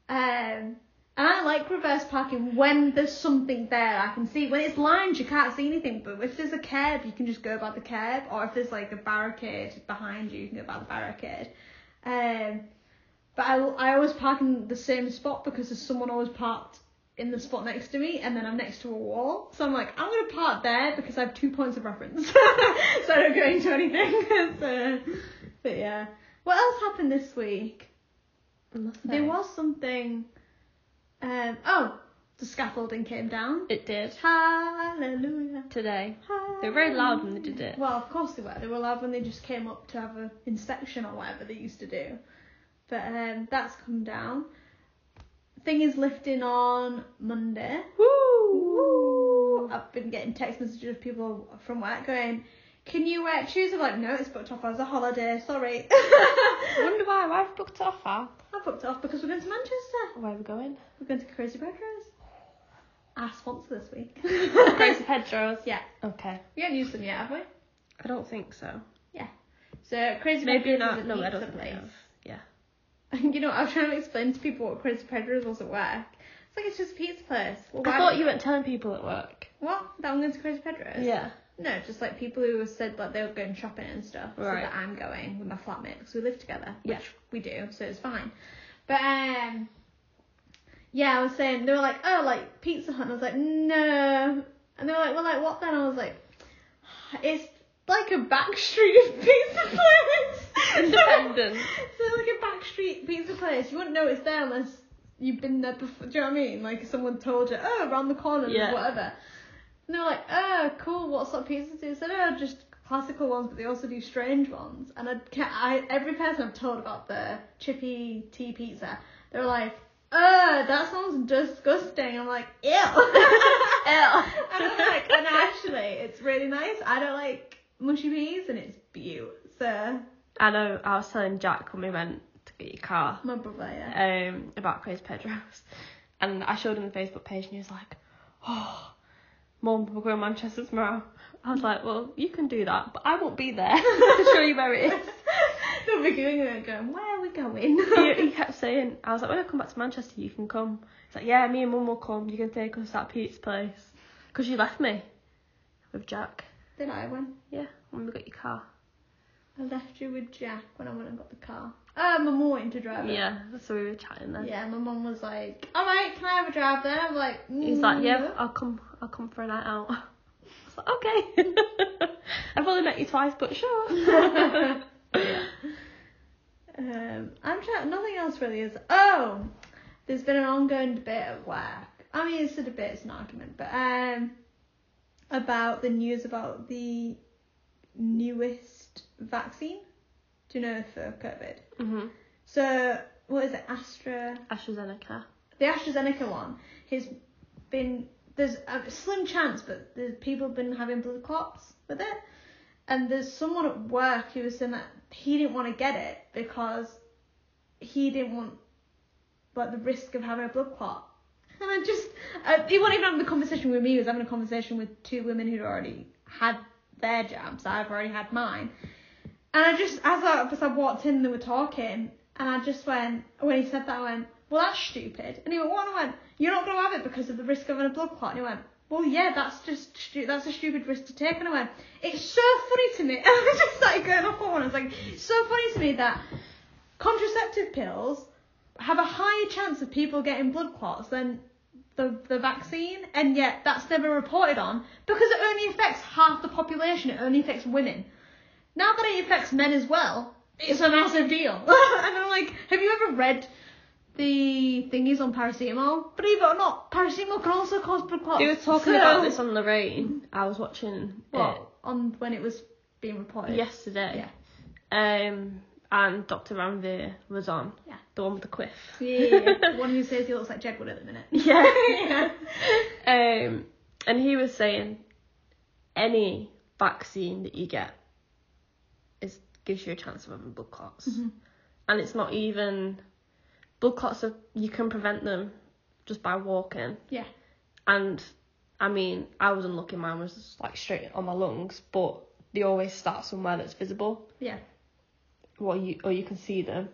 Um, and I like reverse parking when there's something there I can see. When it's lined, you can't see anything. But if there's a curb, you can just go by the curb. Or if there's like a barricade behind you, you can go by the barricade. Um, but I, I always park in the same spot because there's someone always parked in the spot next to me, and then I'm next to a wall. So I'm like, I'm gonna park there because I have two points of reference, so I don't go into anything. so, but yeah, what else happened this week? Nothing. There was something. Um, oh, the scaffolding came down. It did. Hallelujah. Today. They were very loud when they did it. Well, of course they were. They were loud when they just came up to have an inspection or whatever they used to do. But um, that's come down. Thing is lifting on Monday. Woo! I've been getting text messages of people from work going, "Can you work Tuesday?" I'm like, no, it's booked off as a holiday. Sorry. I wonder why I've booked it off. Al. I booked it off because we're going to Manchester. Where are we going? We're going to Crazy Breakers. Our sponsor this week. Crazy Pedros. yeah, Okay. we haven't used them yet, have we? I don't think so. So Crazy Maybe Breakers is not. a No, I pizza don't think I place. have. Yeah. you know, I was trying to explain to people what Crazy Pedro's was at work. It's like it's just a pizza place. Well, I thought you weren't telling people at work. what that I'm going to Crazy Pedro's. Yeah. No, just like people who said that they were going shopping and stuff. So Right. that I'm going with my flatmate because we live together, Yeah. which we do, so it's fine. But um, yeah, I was saying they were like, oh, like Pizza Hut, and I was like, no, and they were like, well, like what then? I was like, it's like a back street pizza place. Independent. so it's like a back street pizza place. You wouldn't know it's there unless you've been there before. Do you know what I mean? Like if someone told you, oh, around the corner, Yeah. or whatever. And they were like, oh, cool, what sort of pizzas do you said, oh, just classical ones, but they also do strange ones. And I, ca- I every person I've told about the chippy tea pizza, they were like, oh, that sounds disgusting. I'm like, ew. And I'm like, and actually, it's really nice. I don't like mushy peas, and it's beaut. So, I know. I was telling Jack when we went to get your car my brother, yeah. um, about Crazy Pedros, and I showed him the Facebook page, and he was like, "Oh, Mum, we're going to Manchester tomorrow." I was like, "Well, you can do that, but I won't be there to show you where it is." They'll be going there going, where are we going? he, he kept saying, "I was like, when I come back to Manchester, you can come." He's like, "Yeah, me and Mum will come. You can take us to that Pete's place because you left me with Jack. Did I win? Yeah, when we got your car. I left you with Jack when I went and got the car. Oh, my mum wanted to drive it. Yeah, so we were chatting then. Yeah, my mum was like, all right, can I have a drive then? I'm like, mm, He's like, yeah, no." I'll come. I'll come for a night out. I was like, okay. I've only met you twice, but sure. Mm-hmm. Um, I'm trying. Nothing else really is. Oh, there's been an ongoing debate at work. I mean, it's a debate, it's an argument, but um, about the news about the newest vaccine. Do you know for COVID? hmm So what is it? Astra. AstraZeneca. the AstraZeneca one has been there's a slim chance, but there's people have been having blood clots with it, and there's someone at work who was saying that he didn't want to get it because he didn't want like the risk of having a blood clot. And I just uh, he wasn't even having the conversation with me. He was having a conversation with two women who'd already had their jabs. I've already had mine. And I just, as I, as I walked in, they were talking, and I just went, when he said that, I went, well, that's stupid. And he went, what? And I went, you're not going to have it because of the risk of having a blood clot. And he went, well, yeah, that's just, stu- that's a stupid risk to take. And I went, it's so funny to me. And I just started going off on one. I was like, it's so funny to me that contraceptive pills have a higher chance of people getting blood clots than the, the vaccine, and yet that's never reported on because it only affects half the population. It only affects women. Now that it affects men as well, it's a massive deal. and I'm like, have you ever read the thingies on paracetamol? Believe it or not, paracetamol can also cause blood clots. They were talking Oh, So- about this on the rain. I was watching Well, on when it was being reported. it yesterday. Um, and Dr. Ranveer was on. Yeah. The one with the quiff. Yeah, the one who says he looks like Jedward at the minute. Yeah. Um, and he was saying any vaccine that you get is gives you a chance of having blood clots, and it's not even blood clots. Are, you can prevent them just by walking. Yeah. And I mean, I was unlucky. Mine was just, like straight on my lungs, but they always start somewhere that's visible, Yeah. or you or you can see them,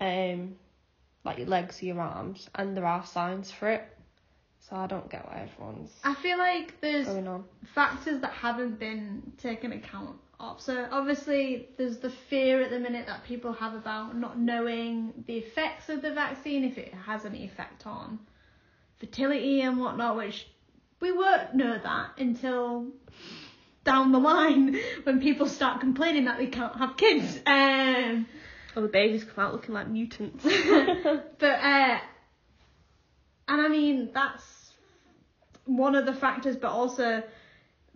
um, like your legs or your arms, and there are signs for it. So I don't get why everyone's I feel like there's going on. factors that haven't been taken account of. So obviously there's the fear at the minute that people have about not knowing the effects of the vaccine if it has any effect on fertility and whatnot, which we won't know that until down the line when people start complaining that they can't have kids. Um, Or the babies come out looking like mutants. but uh, and I mean that's one of the factors, but also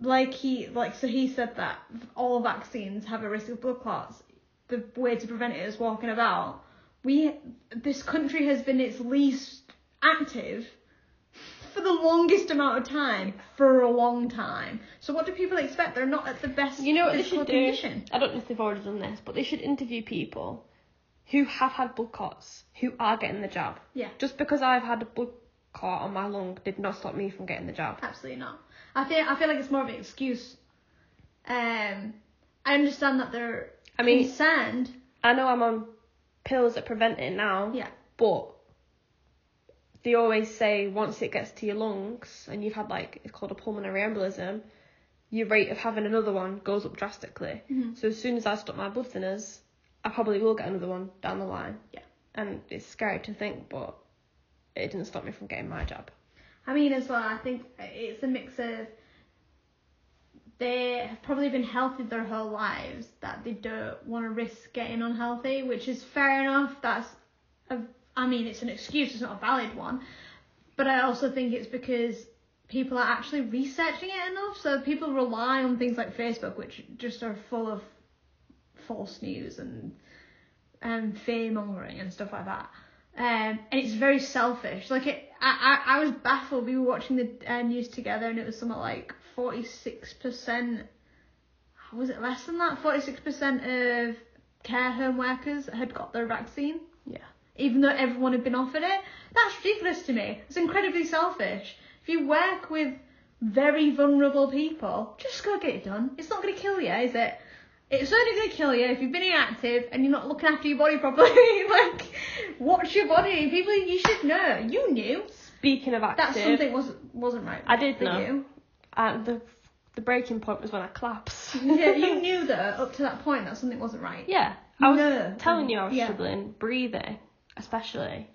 like he like so he said that all vaccines have a risk of blood clots. The way to prevent it is walking about. We this country has been its least active for the longest amount of time for a long time. So what do people expect? They're not at the best You know what they physical should do? condition. I don't know if they've already done this, but they should interview people who have had blood clots who are getting the jab. Yeah. Just because I've had a blood clot on my lung did not stop me from getting the jab. Absolutely not. I feel I feel like it's more of an excuse. Um, I understand that they're I mean- concerned. I know I'm on pills that prevent it now, Yeah, but they always say once it gets to your lungs and you've had like it's called a pulmonary embolism, your rate of having another one goes up drastically. So as soon as I stop my blood thinners, I probably will get another one down the line. Yeah. And it's scary to think, but it didn't stop me from getting my jab. I mean as well. I think it's a mix of they have probably been healthy their whole lives that they don't want to risk getting unhealthy, which is fair enough. That's a, I mean it's an excuse. It's not a valid one, but I also think it's because. People are actually researching it enough, so people rely on things like Facebook, which just are full of false news and um, fear mongering and stuff like that. Um, and it's very selfish. Like it, I, I, I was baffled. We were watching the uh, news together, and it was something like forty six percent. Was it less than that? Forty six percent of care home workers had got their vaccine, Yeah. even though everyone had been offered it. That's ridiculous to me. It's incredibly selfish. If you work with very vulnerable people, just go get it done. It's not going to kill you, is it? It's only going to kill you if you've been inactive and you're not looking after your body properly. like, watch your body. People, you should know. You knew Speaking of active, that something wasn't wasn't right. I did for know. You. um, the the breaking point was when I collapsed. yeah, you knew that up to that point that something wasn't right. Yeah. I was No. telling you I was Yeah. struggling breathing, especially.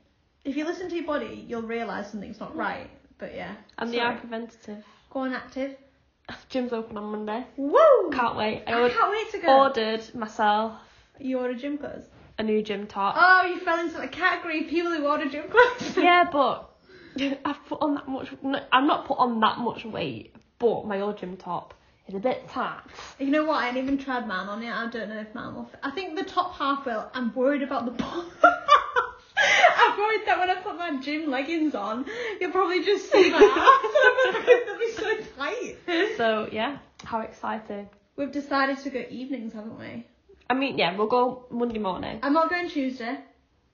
If you listen to your body, you'll realise something's not right. But yeah, And the sorry. eye preventative. go on active. Gym's open on Monday. Woo! Can't wait. I I ordered, can't wait to go. ordered myself you order gym clothes. a new gym top. Oh, you fell into the category of people who order gym clothes. Yeah, but I've put on that much. No, I'm not put on that much weight, but my old gym top is a bit tight. You know what? I ain't even tried man on it. I don't know if man will. Fit. I think the top half will. I'm worried about the bottom. I'm worried that when I put my gym leggings on, you'll probably just see my ass. They'll be so tight. So yeah, how exciting! We've decided to go evenings, haven't we? I mean, yeah, we'll go Monday morning. I'm not going Tuesday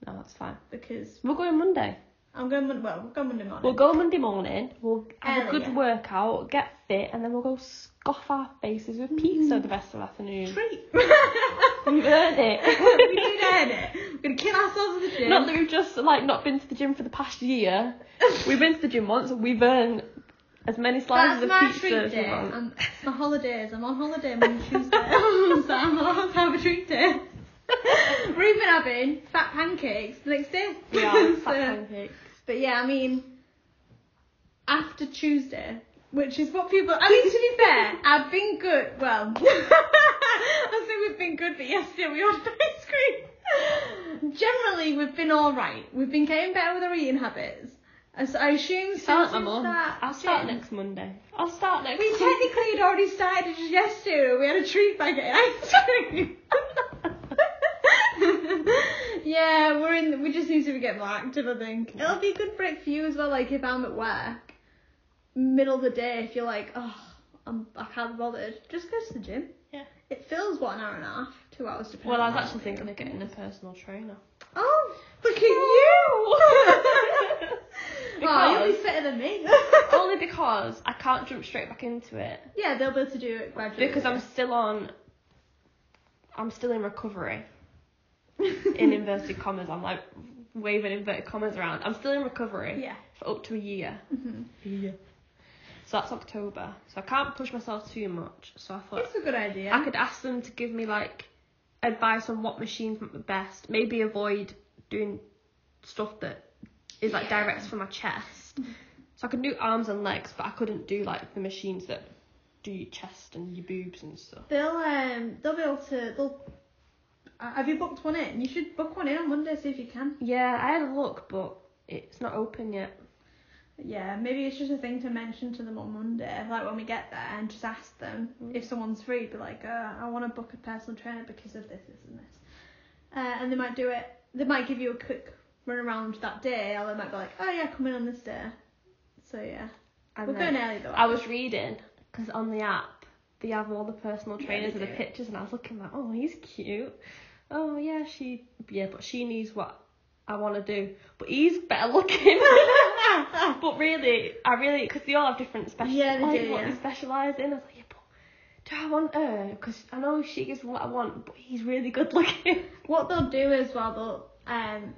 No, that's fine. because We're going Monday. I'm going. Mon- Well, we're going Monday morning. We'll go Monday morning. We'll have a Early, good yeah. workout, get fit, and then we'll go scoff our faces with pizza the rest of the afternoon. treat. We've earned it. we did earn it. We're gonna kill ourselves in the gym. Not that we've just like not been to the gym for the past year. We've been to the gym once. We've earned as many That's slices my of pizza treat as we day. want. I'm, it's my holidays. I'm on holiday Monday, Tuesday. so I'm allowed to have a treat day. We're even having fat pancakes the next day. We are So- fat pancakes. But yeah, I mean, after Tuesday, which is what people. I mean, to be fair, I've been good. Well, I say we've been good, but yesterday we ordered ice cream. Generally, we've been all right. We've been getting better with our eating habits. And so I assume since Start my we mum. start I'll start gym- next Monday. I'll start next. we Monday. technically had already started just yesterday. We had a treat by getting ice cream. yeah, we're in. We just need to get more active. I think it'll be a good break for you as well. Like if I'm at work, middle of the day, if you're like, oh, I'm I can't be bothered, just go to the gym. Yeah. It fills what an hour and a half, two hours. Depending Well, I was on actually what you thinking of do. getting a personal trainer. Oh, look at you! oh, you'll be Because- fitter than me. Only because I can't jump straight back into it yeah, they'll be able to do it gradually. because I'm still on. I'm still in recovery. In inverted commas, I'm like waving inverted commas around. I'm still in recovery yeah. for up to a year. hmm Yeah. So that's October. So I can't push myself too much. So I thought It's a good idea. I could ask them to give me like advice on what machines are best. Maybe avoid doing stuff that is like Yeah. direct from my chest. So I could do arms and legs, but I couldn't do like the machines that do your chest and your boobs and stuff. They'll um they'll be able to they'll. Uh, have you booked one in? You should book one in on Monday. See if you can. Yeah, I had a look, but it's not open yet. Yeah, maybe it's just a thing to mention to them on Monday, like when we get there, and just ask them Mm. if someone's free. Be like, uh, I want to book a personal trainer because of this, this, and this. Uh, and they might do it. They might give you a quick run around that day, or they might be like, Oh yeah, come in on this day. So yeah, And we're then going early though. I was reading because on the app they have all the personal Yeah, trainers they with the do. pictures, and I was looking like, oh, he's cute. Oh yeah, she yeah, but she needs what I want to do. But he's better looking. but really, I really because they all have different special. Yeah, they like, do, What yeah. they specialise in. I was like, yeah, but do I want her? Because I know she is what I want, but he's really good looking. What they'll do as well, they'll um,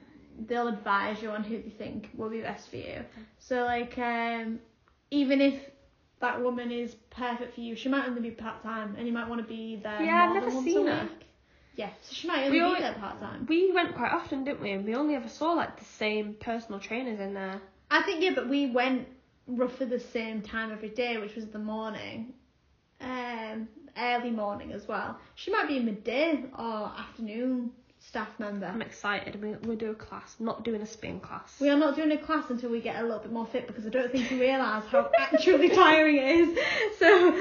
they'll advise you on who they think will be best for you. So like, um, even if that woman is perfect for you, she might only be part time, and you might want to be there. Yeah, I've more than never once seen a her. Week. Yeah, so she might only We be always- there part time. we went quite often, didn't we? And we only ever saw like the same personal trainers in there. I think yeah, but we went roughly the same time every day, which was the morning, um, early morning as well. She might be a midday or afternoon staff member. I'm excited. We we do a class, not doing a spin class. We are not doing a class until we get a little bit more fit because I don't think you realise how actually tiring it is. So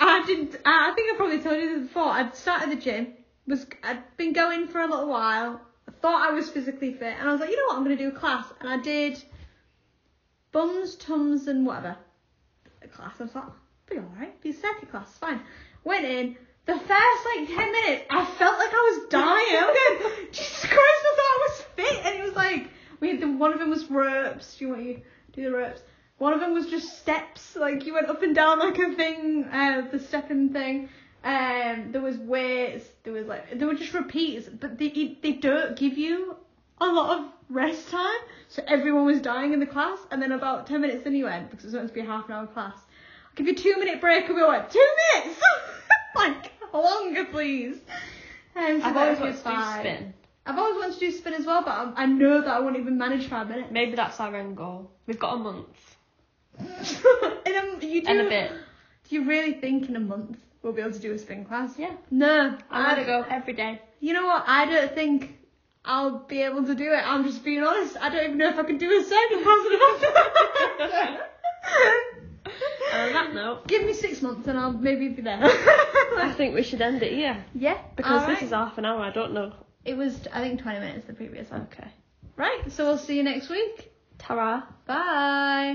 I didn't. I I think I probably told you this before. I'd started the gym. Was I'd been going for a little while. I thought I was physically fit, and I was like, you know what, I'm going to do a class, and I did bums, tums, and whatever a class. I was like, be alright, be a circuit class, fine. Went in. The first like ten minutes, I felt like I was dying. I was going, Jesus Christ, I thought I was fit, and it was like we had the, one of them was ropes. Do you want you do the ropes? One of them was just steps, like you went up and down like a thing, uh, the stepping thing. Um, there was weights. There was like there were just repeats, but they they don't give you a lot of rest time. So everyone was dying in the class, and then about ten minutes in, you went because it was meant to be a half an hour class. I'll give you a two minute break, and we went two minutes. like longer, please. Um, so I've that always was wanted to do fine. spin. I've always wanted to do spin as well, but I, I know that I won't even manage five minutes. Maybe that's our end goal. We've got a month and um, you do, and a bit. Do you really think in a month we'll be able to do a spin class? Yeah, No, I'm gonna go every day. You know what? I don't think I'll be able to do it. I'm just being honest. I don't even know if I can do a second class. And on that note, Give me six months and I'll maybe be there. I think we should end it here yeah, because alright. this is half an hour. I don't know. It was I think 20 minutes the previous one. Okay. Right, so we'll see you next week. Tara. Bye.